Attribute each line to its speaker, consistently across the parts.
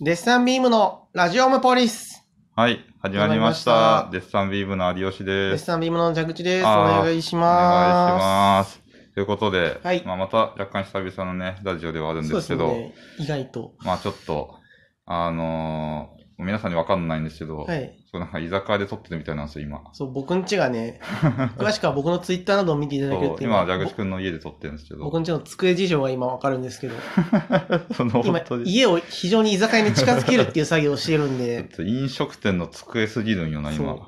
Speaker 1: デッサンビームのラジオムポリス。
Speaker 2: はい、始まりました。
Speaker 1: 始まりました
Speaker 2: デッサンビームの有吉
Speaker 1: デッ
Speaker 2: です。
Speaker 1: サンビームの蛇口です。お
Speaker 2: あー
Speaker 1: 願いし
Speaker 2: お願いし
Speaker 1: ま
Speaker 2: ます。ということで、
Speaker 1: はい
Speaker 2: まあ、また若干久々のね、ラジオではあるん
Speaker 1: す。
Speaker 2: ですけど、
Speaker 1: そうですね。意外と。
Speaker 2: まあちょっと、あのー皆さんにわかんないんですけど、
Speaker 1: はい。
Speaker 2: そうなんか居酒屋で撮ってるみたいなんですよ、今。
Speaker 1: そう、僕ん家が ね、詳しくは僕のツイッターなどを見ていただける
Speaker 2: そう
Speaker 1: と
Speaker 2: 今、蛇口
Speaker 1: ぼ
Speaker 2: くんの家で撮ってるんですけど
Speaker 1: 僕、ん家の机事情が今わかるん ですけど、
Speaker 2: その
Speaker 1: 今
Speaker 2: 本当、に、ち
Speaker 1: 家を非常に居酒屋に近づけるっていう作業をしているん
Speaker 2: ょっ
Speaker 1: で、
Speaker 2: と飲食店の机すぎるんよな、今。
Speaker 1: そう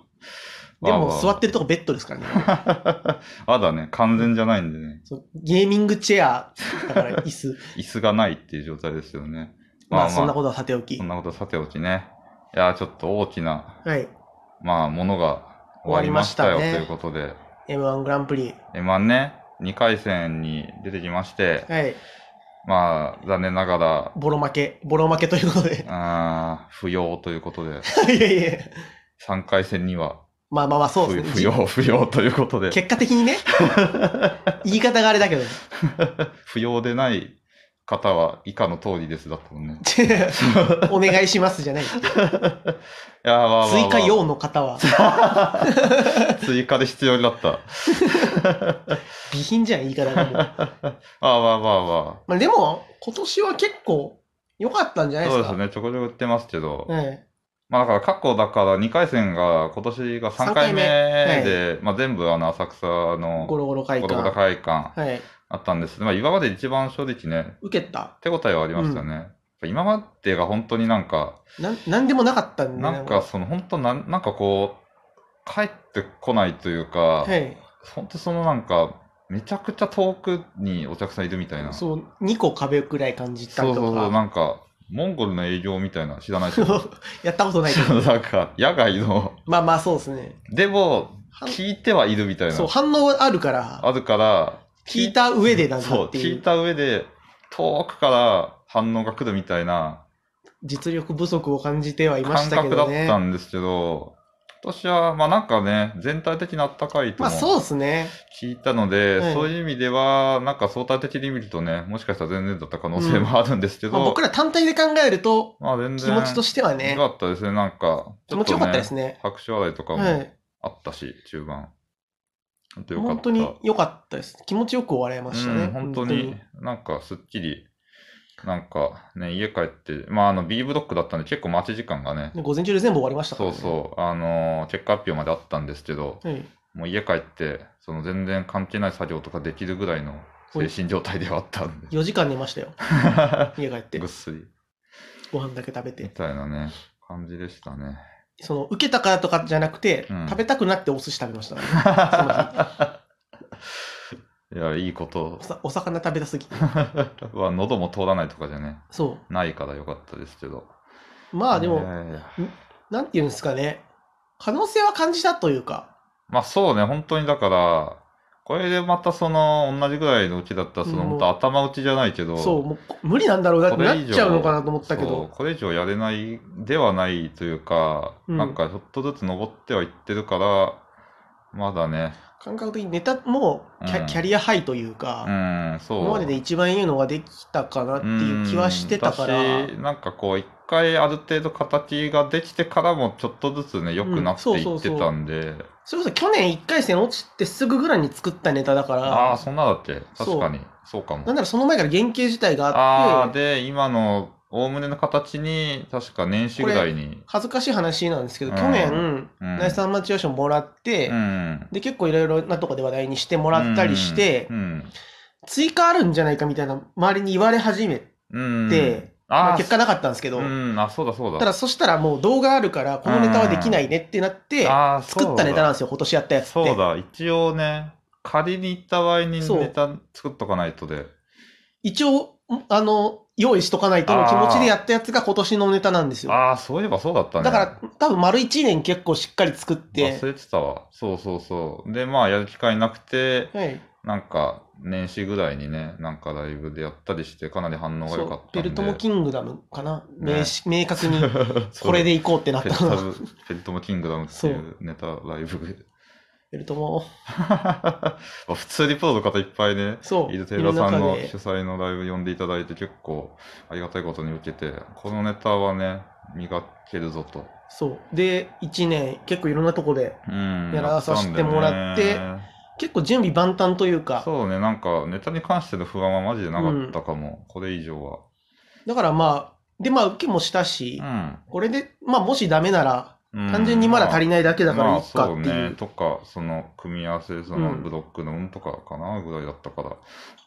Speaker 1: で
Speaker 2: わ
Speaker 1: も
Speaker 2: あ
Speaker 1: 座
Speaker 2: わあ
Speaker 1: ってるとこベッドですからね。
Speaker 2: まだね、完全じゃないんでね、
Speaker 1: そうゲーミングチェア、だ から椅子。
Speaker 2: 椅子がないっていう状態ですよね。
Speaker 1: まあ、そんなことはさておき
Speaker 2: そん。なことさておきね。いやー、ちょっと大きな、
Speaker 1: はい。
Speaker 2: まあ、ものが終わりましたよ
Speaker 1: 終わり
Speaker 2: とい
Speaker 1: ま
Speaker 2: う
Speaker 1: した
Speaker 2: ことで。
Speaker 1: M1 グランプリ。
Speaker 2: M1 ね、2回戦に出てきまして、
Speaker 1: はい。
Speaker 2: まあ、残念なが
Speaker 1: ボロ負け。ボロ負けということで。
Speaker 2: ら、あー不要ということで、
Speaker 1: いやいや
Speaker 2: 3回戦には
Speaker 1: まあまあまあ、そう
Speaker 2: 不,、
Speaker 1: です
Speaker 2: 不
Speaker 1: ね。
Speaker 2: 要、不要ということで、
Speaker 1: 結果的に ね。言い方があれだけど。
Speaker 2: 不要でない方は以下の通りですだったもんね。
Speaker 1: お願いしますじゃない。
Speaker 2: いやーわーわーわー
Speaker 1: 追加用の方は、
Speaker 2: 追加で必要になった。
Speaker 1: 備品じゃん、言い方がもう。
Speaker 2: ああ、わあわあわ
Speaker 1: まあでも、今年は結構良かったんじゃ
Speaker 2: あ。
Speaker 1: ないで
Speaker 2: そう
Speaker 1: す
Speaker 2: で
Speaker 1: か。
Speaker 2: すね、ちょこちょこ言ってますけど、
Speaker 1: ね。
Speaker 2: まあだから過去だから2回戦が今年が3回目
Speaker 1: はい
Speaker 2: で、まあ全部あの浅草の
Speaker 1: ゴ
Speaker 2: ゴロ
Speaker 1: ロゴロ会
Speaker 2: ゴロ
Speaker 1: 館。
Speaker 2: 会館
Speaker 1: はい。
Speaker 2: あったんです。まあ今まで一番正直ね、
Speaker 1: 受けた。
Speaker 2: 手応えはありましたね。今までが本当になんか、
Speaker 1: なん、なんでもなかったんで。
Speaker 2: なんか、その本当なん、なんかこう、帰ってこないというか、
Speaker 1: はい。
Speaker 2: 本当そのなんか、めちゃくちゃ遠くにお客さんいるみたいな。
Speaker 1: そう、2個壁くらい感じた
Speaker 2: そう
Speaker 1: と
Speaker 2: そうそう、
Speaker 1: か。
Speaker 2: なんか、モンゴルの営業みたいな、知 らないけど、
Speaker 1: やったことないけど。
Speaker 2: なんか、野外の、
Speaker 1: まあまあ、そうですね。
Speaker 2: でも、
Speaker 1: はん
Speaker 2: 聞いてはいるみたいな
Speaker 1: そう、。反応あるから、
Speaker 2: あるから、
Speaker 1: 聞いた上でなんだ
Speaker 2: そう、
Speaker 1: ってい。
Speaker 2: 聞いうた上で、遠くから反応が来るみたいな
Speaker 1: 実力不足を感じてはいま
Speaker 2: 感
Speaker 1: したけ
Speaker 2: 覚だ
Speaker 1: ど
Speaker 2: っ
Speaker 1: ね。
Speaker 2: たんですけど、今年は、まあなんかね、全体的にあったかいと
Speaker 1: まあそう
Speaker 2: も
Speaker 1: ですね。
Speaker 2: 聞いたので、
Speaker 1: はい
Speaker 2: そういう意味では、なんか相対的に見るとね、もしかしたら全然だった可能性もあるんですけ
Speaker 1: まあ、
Speaker 2: ど
Speaker 1: 僕、ら単体で考えると、
Speaker 2: まあ全
Speaker 1: 気
Speaker 2: 然、
Speaker 1: 持ちとしてはね
Speaker 2: 良、かったですね、なんか。
Speaker 1: 気持ちよかったです
Speaker 2: ね。
Speaker 1: ね。
Speaker 2: 拍手笑いとか
Speaker 1: は
Speaker 2: も
Speaker 1: い。
Speaker 2: あったし、中盤。本当よかった
Speaker 1: 本当に良かったです。気持ちよく終われましたね。
Speaker 2: うん、本当になんかすっきり、なんかね、家帰って、まああの B ブロックだったんで結構待ち時間がね、
Speaker 1: で午前中で全部終わりましたから、
Speaker 2: そう
Speaker 1: ね。
Speaker 2: そう、あのー結果発表まであったんですけど、
Speaker 1: はい。
Speaker 2: もう家帰って、その全然関係ない作業とかできるぐらいの精神状態ではあっ たんで、
Speaker 1: 4時間寝ましたよ。家帰って
Speaker 2: ぐっ。すり、
Speaker 1: ご飯だけ食べ
Speaker 2: み
Speaker 1: て。
Speaker 2: たいなね、感じでし たね。
Speaker 1: その、受けたからとかじゃなくて、
Speaker 2: うん
Speaker 1: 食べたくなってお寿司食べました、
Speaker 2: いや、いいこと
Speaker 1: おさ お魚食べたすぎ。
Speaker 2: は喉も通らないとかじゃね、
Speaker 1: そ
Speaker 2: ないからよかったですけど。
Speaker 1: う。まあでも、
Speaker 2: いやいや
Speaker 1: なんていうんですかね。可能性は感じたというか。
Speaker 2: まあそうね、本当にだから、これでまたその同じぐらいのうちだったら、その
Speaker 1: うん
Speaker 2: 本当頭打ちじゃないけど、
Speaker 1: そう、もうこ無理なんだろうなって
Speaker 2: これ
Speaker 1: な
Speaker 2: 以
Speaker 1: っ
Speaker 2: 上
Speaker 1: ちゃうのかなと思ったけ
Speaker 2: そう
Speaker 1: ど。
Speaker 2: これ以上やれないではないというか、
Speaker 1: うん
Speaker 2: なんかちょっとずつ登ってはいってるから、まだね、
Speaker 1: 感覚的にネタもキャ,、
Speaker 2: うん
Speaker 1: キャリアハイというか、
Speaker 2: うん、そう。
Speaker 1: 今までで一番いいのができたかなっていう気はしてたから、
Speaker 2: うんだしなんかこう、一回ある程度形ができてからも、ちょっとずつね、良くなっていってたんで、
Speaker 1: それこそ去年1回戦落ちてすぐぐらいに作ったネタだか
Speaker 2: あ
Speaker 1: ら、
Speaker 2: あ、そんなだっけ
Speaker 1: そう
Speaker 2: 確かに、そうかも
Speaker 1: なん。ならその前から原型自体があ
Speaker 2: あ
Speaker 1: っ
Speaker 2: あ、
Speaker 1: て、
Speaker 2: で、今の、おおむねの形に、確か年始ぐらいに。
Speaker 1: 恥ずかしい話なんですけど、
Speaker 2: うん
Speaker 1: 去年、
Speaker 2: うん
Speaker 1: ナイスアンマチュア賞もらって、
Speaker 2: うん。
Speaker 1: で結構いろいろなとこで話題にしてもらったりして、
Speaker 2: うん。
Speaker 1: 追加あるんじゃないかみたいな周りに言われ始めて、
Speaker 2: うん。
Speaker 1: ま
Speaker 2: あ
Speaker 1: あ
Speaker 2: あ、
Speaker 1: 結果なかったんですけど、
Speaker 2: うん、あ、そうだそうだ。
Speaker 1: ただそしたらもう動画あるからこのネタはできないねってなって、
Speaker 2: ああそうだ
Speaker 1: 作ったネタなんですよ今年やったやつって
Speaker 2: そうだ、一応ね、仮に行った場合に
Speaker 1: そう
Speaker 2: ネタ作っとかないとで。
Speaker 1: 一応あの用意しとかないとの気持ちでやったやつが今年のネタなんですよ
Speaker 2: ああ、そういえばそうだったね。
Speaker 1: だから、多分丸1年結構しっかり作って
Speaker 2: 忘、れてたわ。そうそうそう。で、まあ、やる機会なくて、
Speaker 1: はい、
Speaker 2: なんか、年始ぐらいにね、なんかライブでやったりして、かなり反応が
Speaker 1: そ
Speaker 2: 良か
Speaker 1: う
Speaker 2: ったんで。
Speaker 1: ベルトモキングダムかな、
Speaker 2: ね
Speaker 1: 明し明確に
Speaker 2: そう
Speaker 1: これでいこうってなっ
Speaker 2: ペ
Speaker 1: た
Speaker 2: ル
Speaker 1: の
Speaker 2: タ
Speaker 1: は。
Speaker 2: ブ、ペルトモキングダムっていうネタライブ
Speaker 1: ベルトも。
Speaker 2: 普通にプロの方いっぱいね、
Speaker 1: そう。
Speaker 2: 伊豆テイラーさんの
Speaker 1: いる中
Speaker 2: 主
Speaker 1: で
Speaker 2: 催のライブ呼んでいただいて結構ありがたいことに受けて、このネタはね、磨けるぞと。
Speaker 1: そう。で、1年、結構いろんなとこで、
Speaker 2: うん。
Speaker 1: やらさせてもらって
Speaker 2: やったんだよね
Speaker 1: 結構準備万端というか、
Speaker 2: そうね、なんかネタに関しての不安はマジでなかったかも、これ以上は。
Speaker 1: だからまあ、で、まあ、受けもしたし、
Speaker 2: うん
Speaker 1: これで、まあ、もしダメなら、
Speaker 2: うん
Speaker 1: 単純にまだ足りないだけだか
Speaker 2: ま
Speaker 1: ら
Speaker 2: あ
Speaker 1: いいかって
Speaker 2: そう
Speaker 1: い
Speaker 2: ね
Speaker 1: う。
Speaker 2: とかその組み合わせそうの
Speaker 1: ん
Speaker 2: ブロックの運とかかなぐらいだったから、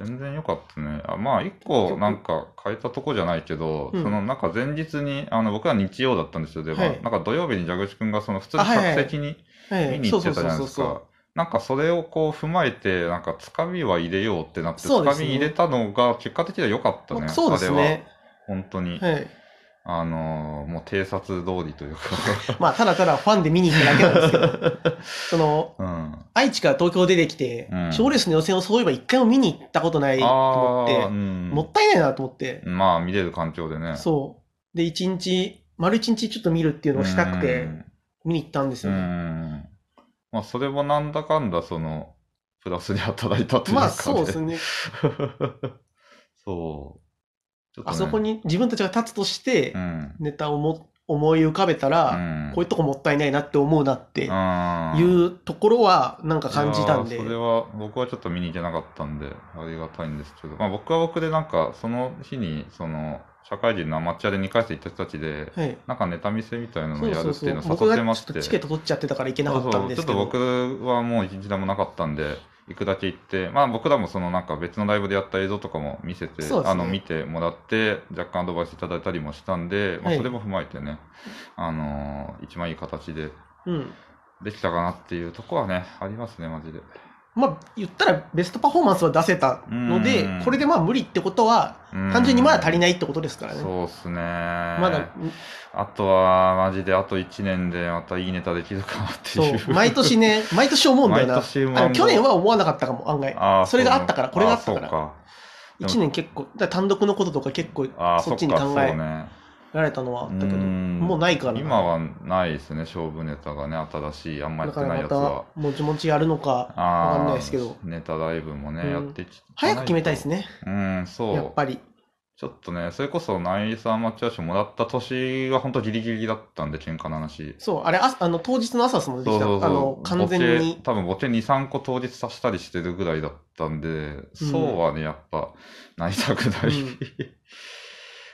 Speaker 2: 全然良かったねあまあ一個なんか変えたとこじゃないけど、
Speaker 1: うん
Speaker 2: そのなんか前日にあの僕は日曜だったんですよで、まあ
Speaker 1: はい
Speaker 2: なんか土曜日に蛇口くんがその普通に
Speaker 1: あはいはい
Speaker 2: 客席に
Speaker 1: はい
Speaker 2: 見に行ってたじゃないですか。なんかそれをこう踏まえてなんかつかみは入れようってなってつ
Speaker 1: そうで
Speaker 2: か
Speaker 1: すね
Speaker 2: み入れたのが結果的には良かったね、
Speaker 1: まあそうです
Speaker 2: あれは
Speaker 1: ね。
Speaker 2: 本当に、
Speaker 1: はい。
Speaker 2: あのーもう偵察通りというか
Speaker 1: まあ、ただただファンで見に行っただけなんですけど、その、
Speaker 2: うん
Speaker 1: 愛知から東京出てきて
Speaker 2: うん、
Speaker 1: 賞、レースの予選をそういえば一回も見に行ったことないと思
Speaker 2: あ
Speaker 1: って
Speaker 2: あ、うん
Speaker 1: もったいないなと思って、
Speaker 2: まあ見れる環境でね。
Speaker 1: そう。で、一日、丸一日ちょっと見るっていうのをしたくて
Speaker 2: う、ん
Speaker 1: 見に行ったんです
Speaker 2: う
Speaker 1: よね。
Speaker 2: ん。まあそれもなんだかんだその、プラスに働いたというか、
Speaker 1: ま
Speaker 2: ね。
Speaker 1: あ、 そうですね。
Speaker 2: そう。ちょっとね
Speaker 1: あそこ。に自分たちが立つとして
Speaker 2: う、ん。
Speaker 1: ネタをも思い浮かべたら、
Speaker 2: ん
Speaker 1: こういうとこもったいないなって思うなって
Speaker 2: あー
Speaker 1: い
Speaker 2: いや
Speaker 1: うところはなんか
Speaker 2: ー
Speaker 1: 感じたんで。
Speaker 2: それは僕はちょっと見に行けなかったんでありがたいんですけど、まあ、僕は僕でなんかその日にその社会人のアマチュアで2回生行った人たちで
Speaker 1: はい。
Speaker 2: なんかネタ見せみたいなの
Speaker 1: そ
Speaker 2: を
Speaker 1: う
Speaker 2: や
Speaker 1: そ
Speaker 2: る
Speaker 1: う
Speaker 2: って
Speaker 1: そ
Speaker 2: いう
Speaker 1: う
Speaker 2: の。を
Speaker 1: 僕
Speaker 2: 誘
Speaker 1: が
Speaker 2: って
Speaker 1: ちょ
Speaker 2: ま
Speaker 1: っ
Speaker 2: し
Speaker 1: と
Speaker 2: て
Speaker 1: チケット取っちゃってたから行けな
Speaker 2: そ
Speaker 1: か
Speaker 2: う
Speaker 1: っ
Speaker 2: そ
Speaker 1: た
Speaker 2: うん
Speaker 1: で
Speaker 2: ちょ
Speaker 1: す
Speaker 2: っ
Speaker 1: け
Speaker 2: と
Speaker 1: ど。
Speaker 2: 僕はもう一日でもなかったんで、行くだけ行って、まあ僕らもそのなんか別のライブでやった映像とかも見せて、
Speaker 1: そうですね
Speaker 2: あの見てもらって、若干アドバイスいただいたりもしたんで、まあ
Speaker 1: はい
Speaker 2: それも踏まえてね、あのー一番いい形で
Speaker 1: うん。
Speaker 2: できたかなっていうとこはね、ありますね、マジで。
Speaker 1: まあ、言ったらベストパフォーマンスは出せたので
Speaker 2: うん、
Speaker 1: これでまあ無理ってことは、単
Speaker 2: 単
Speaker 1: 純にまだ足り
Speaker 2: ない
Speaker 1: ないってことですからね。
Speaker 2: そうっすね。
Speaker 1: まだ、
Speaker 2: あとは、マジであと1年でまたいいネタできるかなって
Speaker 1: そ
Speaker 2: いう。
Speaker 1: う、毎年ね、毎年思うんだよな。
Speaker 2: 毎年思う
Speaker 1: あの去年は思わなかったかも、案外。
Speaker 2: あー、
Speaker 1: それがあったから
Speaker 2: う
Speaker 1: これがあったから
Speaker 2: ーそうか。でも
Speaker 1: 1年結構、だから単独のこととか結構
Speaker 2: あー
Speaker 1: そっちに
Speaker 2: か
Speaker 1: 考
Speaker 2: そ
Speaker 1: え
Speaker 2: うね
Speaker 1: られたのはあったけど、
Speaker 2: うん
Speaker 1: もうないからな。
Speaker 2: 今はないですね、勝負ネタがね、新しい、あんまや
Speaker 1: だ
Speaker 2: っ
Speaker 1: か
Speaker 2: て
Speaker 1: ら
Speaker 2: ない
Speaker 1: ま
Speaker 2: やつは。
Speaker 1: た、もちもちやるのか、わかんないですけど
Speaker 2: ネタライブもね、
Speaker 1: うん
Speaker 2: やってき
Speaker 1: 早く決めたいです
Speaker 2: ね。
Speaker 1: ね、
Speaker 2: うん、そ
Speaker 1: やっ
Speaker 2: う。
Speaker 1: ぱり。
Speaker 2: ちょっとね、それこそ、ナイスアマチュア賞もらった年が本当ギリギリだったんで、喧嘩の話。
Speaker 1: そう、あれ、ああの当日の朝ですもんねで
Speaker 2: そう
Speaker 1: きた
Speaker 2: そう
Speaker 1: の。
Speaker 2: そ
Speaker 1: あ
Speaker 2: う
Speaker 1: の、完全
Speaker 2: ボケ
Speaker 1: に。
Speaker 2: 多分ボケ2、3個当日さしたりしてるぐらいだったんで、そうはね、やっぱ、泣いたくない、
Speaker 1: うん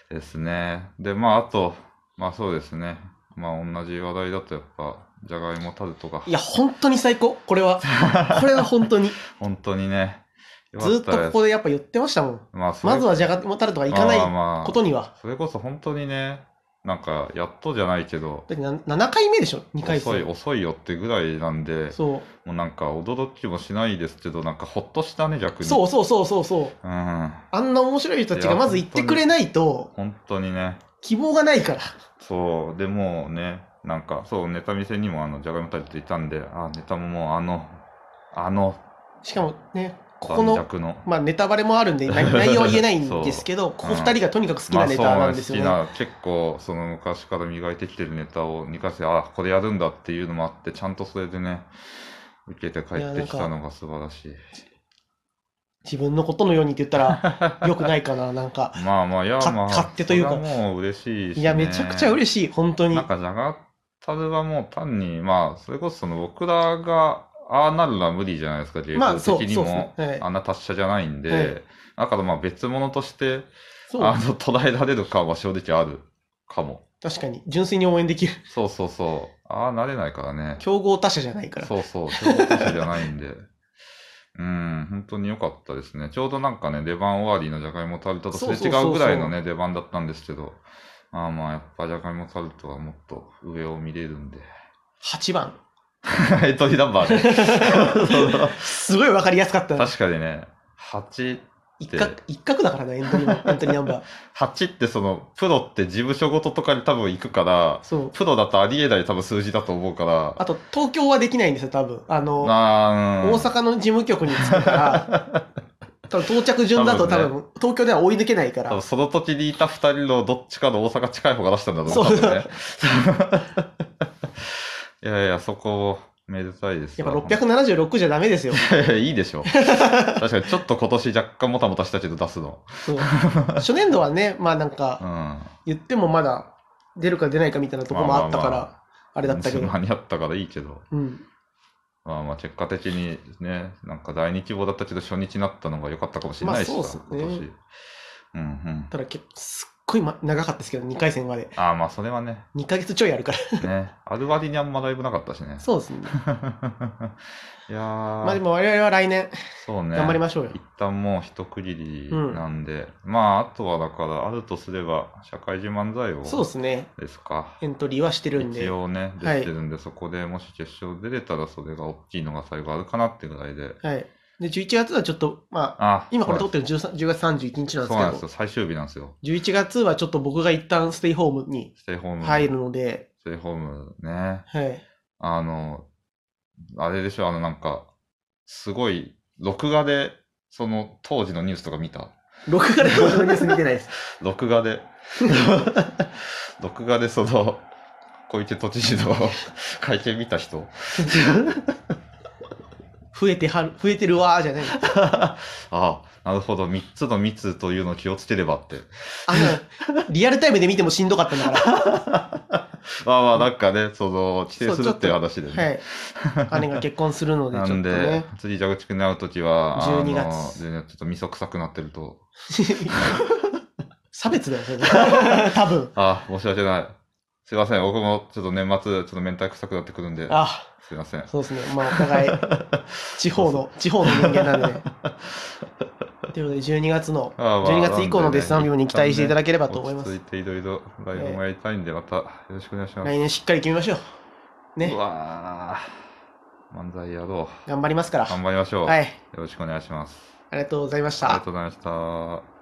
Speaker 2: ですね。で、まあ、あと、まあそうですね。まあ、同じ話題だと、やっぱ、じゃがいもタルトが
Speaker 1: い、や、本当に最高。これは。これは本 当に。
Speaker 2: 本当にね、よか
Speaker 1: ずっ
Speaker 2: った
Speaker 1: と
Speaker 2: です
Speaker 1: ここでやっぱ言ってましたもん。
Speaker 2: まあ、それ
Speaker 1: まずはじゃがもたるとか行かない
Speaker 2: まあまあ
Speaker 1: ことには。
Speaker 2: それこそ本当にね、なんか、やっとじゃないけど、
Speaker 1: だってな7回目でしょ、2回
Speaker 2: 遅い、
Speaker 1: 戦。
Speaker 2: 遅いよってぐらいなんで、
Speaker 1: そ
Speaker 2: もうなんか、驚きもしないですけど、なんか、ほっとしたね、逆
Speaker 1: う
Speaker 2: に。
Speaker 1: そうそうそうそうそう。
Speaker 2: うん。
Speaker 1: あんな面白い人たちがまず言ってくれないと、
Speaker 2: 本当にね。
Speaker 1: 希望がないから。
Speaker 2: そう、でもうね、なんか、そう、ネタ見せにも、あの、じゃがいもタルトいたんで、あ、ネタももう、あの、あの、
Speaker 1: しかもね、ここ
Speaker 2: 盤
Speaker 1: の、
Speaker 2: 石の。
Speaker 1: まあネタバレもあるん で、内内容は言えないんですけど、ここ2人がとにかく好き
Speaker 2: ま
Speaker 1: な
Speaker 2: あ
Speaker 1: ネ
Speaker 2: そ
Speaker 1: タ
Speaker 2: う
Speaker 1: なんですよね。
Speaker 2: 好きな結構その昔から磨いてきてるネタを2回生あこれやるんだっていうのもあってちゃんとそれでね受けて帰ってきたのが素晴らしい
Speaker 1: 自分のことのようにって言ったら、良くないかな、なんか。
Speaker 2: まあまあいや
Speaker 1: か
Speaker 2: まあ
Speaker 1: 勝手というか
Speaker 2: それはもう嬉しいし、ね、
Speaker 1: いや、めちゃくちゃ
Speaker 2: し
Speaker 1: 嬉しい、本当
Speaker 2: い
Speaker 1: に
Speaker 2: なん。かじゃがたるはもう単にまあそれこそその僕らがああなるのは無理じゃないですか芸
Speaker 1: まあ、そ
Speaker 2: 術
Speaker 1: う、
Speaker 2: 的に
Speaker 1: そう
Speaker 2: も、
Speaker 1: ですね。はい
Speaker 2: あんな達者じゃないんで、
Speaker 1: はい
Speaker 2: だからまあ別物として
Speaker 1: そう
Speaker 2: あ、の捉えられる感は正直あるかも
Speaker 1: 確かに。純粋に応援できる。
Speaker 2: そうそうそうああなれないからね
Speaker 1: 競合他社じゃないから。
Speaker 2: そうそう、競合他社じゃないんで。 うん、本当に良かったですね。ちょうどなんかね、出番終わりのじゃがいもタルトとすれ違うぐらいのね、出番だったんですけど、まあまあ、やっぱじゃがいもタルトはもっと上を見れるんで。
Speaker 1: 8番。
Speaker 2: エントリーナンバーね。
Speaker 1: すごい分かりやすかったな。
Speaker 2: 確かにね、8、
Speaker 1: 一角、一角だからな、エントリーナンバ ーエントリーナンバー。
Speaker 2: 8ってその、プロって事務所ごととかに多分行くから、
Speaker 1: そう。
Speaker 2: プロだとありえない多分数字だと思うから、
Speaker 1: あと、東京はできないんですよ、多分。あの、
Speaker 2: あーうん
Speaker 1: 大阪の事務局に着くから、 多分到着順だと多分、東京では追い抜けないか
Speaker 2: 多分
Speaker 1: ら、
Speaker 2: その時にいた二人のどっちかの大 阪近い方が出したんだろうな、
Speaker 1: そう
Speaker 2: 多分ね。いやいや、そこをめでたいです
Speaker 1: や
Speaker 2: わ。
Speaker 1: っぱ676じゃダメですよ。
Speaker 2: 600いいでしょ。確かにちょっと今年若干もたもたしたけど出すの。
Speaker 1: そう 初年度はね、まあなん
Speaker 2: う
Speaker 1: か、
Speaker 2: ん。
Speaker 1: 言ってもまだ出るか出ないかみたいなとこもあったか
Speaker 2: まあまあ
Speaker 1: ら、あれだったけど。
Speaker 2: 間に合ったからいいけど。
Speaker 1: うん。
Speaker 2: まあまあ結果的にね、なんか第二希望だったけど初日になったのが良かったかもしれないしさ、
Speaker 1: まあそうっすね
Speaker 2: 今年。うんうん。
Speaker 1: ただけ、すっごい、ま、長かったですけど、2回戦まで。
Speaker 2: ああまあそれ はね、
Speaker 1: 2ヶ月ちょいある から。
Speaker 2: ね。ある割にあんまライブなかったしね。
Speaker 1: そうですね。
Speaker 2: いやー、
Speaker 1: まあでも我々は来年、
Speaker 2: そうね。
Speaker 1: 頑張りましょうよ。
Speaker 2: 一旦もう一区切りなんで、まああとはだからあるとすれば社会人漫才を
Speaker 1: そうですね。
Speaker 2: ですか
Speaker 1: エントリーはしてるんで。
Speaker 2: 一
Speaker 1: は
Speaker 2: 応ね
Speaker 1: はい
Speaker 2: 出てるんで、そこでもし決勝出れたらそれが大きいのが最後あるかなってぐらいで
Speaker 1: い。で、11月はちょっと、まあ、
Speaker 2: あ
Speaker 1: 今これ撮
Speaker 2: そ
Speaker 1: っ
Speaker 2: う
Speaker 1: てる 10, 10月31日なん
Speaker 2: そうなん
Speaker 1: で
Speaker 2: ですす
Speaker 1: け
Speaker 2: よ
Speaker 1: ど、
Speaker 2: 最終日なんですよ
Speaker 1: 11月はちょっと僕が一旦ステイホームに
Speaker 2: ステイホーム、
Speaker 1: 入るので、
Speaker 2: ステイホームね
Speaker 1: はい。
Speaker 2: あのあれでしょあのなんかすごい録画でその当時のニュースとか見た
Speaker 1: 録画で当時のニュース見てない です。
Speaker 2: 録 画で録画でその小池都知事の 会見見た人
Speaker 1: 増えてはる、増えてるわーじゃない。
Speaker 2: ああなるほど3つの密というのを気をつければって
Speaker 1: あ の、リアルタイムで見てもしんどかったんだか
Speaker 2: まあまあなんかねその規定するっていう話 でね、
Speaker 1: ら。はい。姉が結婚するので、ちょ
Speaker 2: な
Speaker 1: っと
Speaker 2: んで、
Speaker 1: ね。
Speaker 2: 次蛇口くんに会うときは、あの
Speaker 1: 12月
Speaker 2: でねちょっと味噌臭くなってると、
Speaker 1: 差別だよ、それ。多分。
Speaker 2: あ、申し訳ない。すいません、僕もちょっと年末、ちょっと明太臭くなってくるんで、
Speaker 1: あ、
Speaker 2: すいません。
Speaker 1: そうですね。まあ、お互い、地方の、地方の人間なんでね。ということで、12月の、
Speaker 2: あまあ
Speaker 1: 12月以降のデスサンビムに期待していただければと思いま
Speaker 2: 落
Speaker 1: す
Speaker 2: ち。着いていろいろライブもやりたいんで、またよろしくお願いします。
Speaker 1: 来年しっかり決めましょう。ね
Speaker 2: う。わぁ、漫才やろう。
Speaker 1: 頑張りますから。
Speaker 2: 頑張りましょう。
Speaker 1: はい。
Speaker 2: よろしくお願いします。
Speaker 1: ありがとうございまし
Speaker 2: あり
Speaker 1: た
Speaker 2: が。とうございました。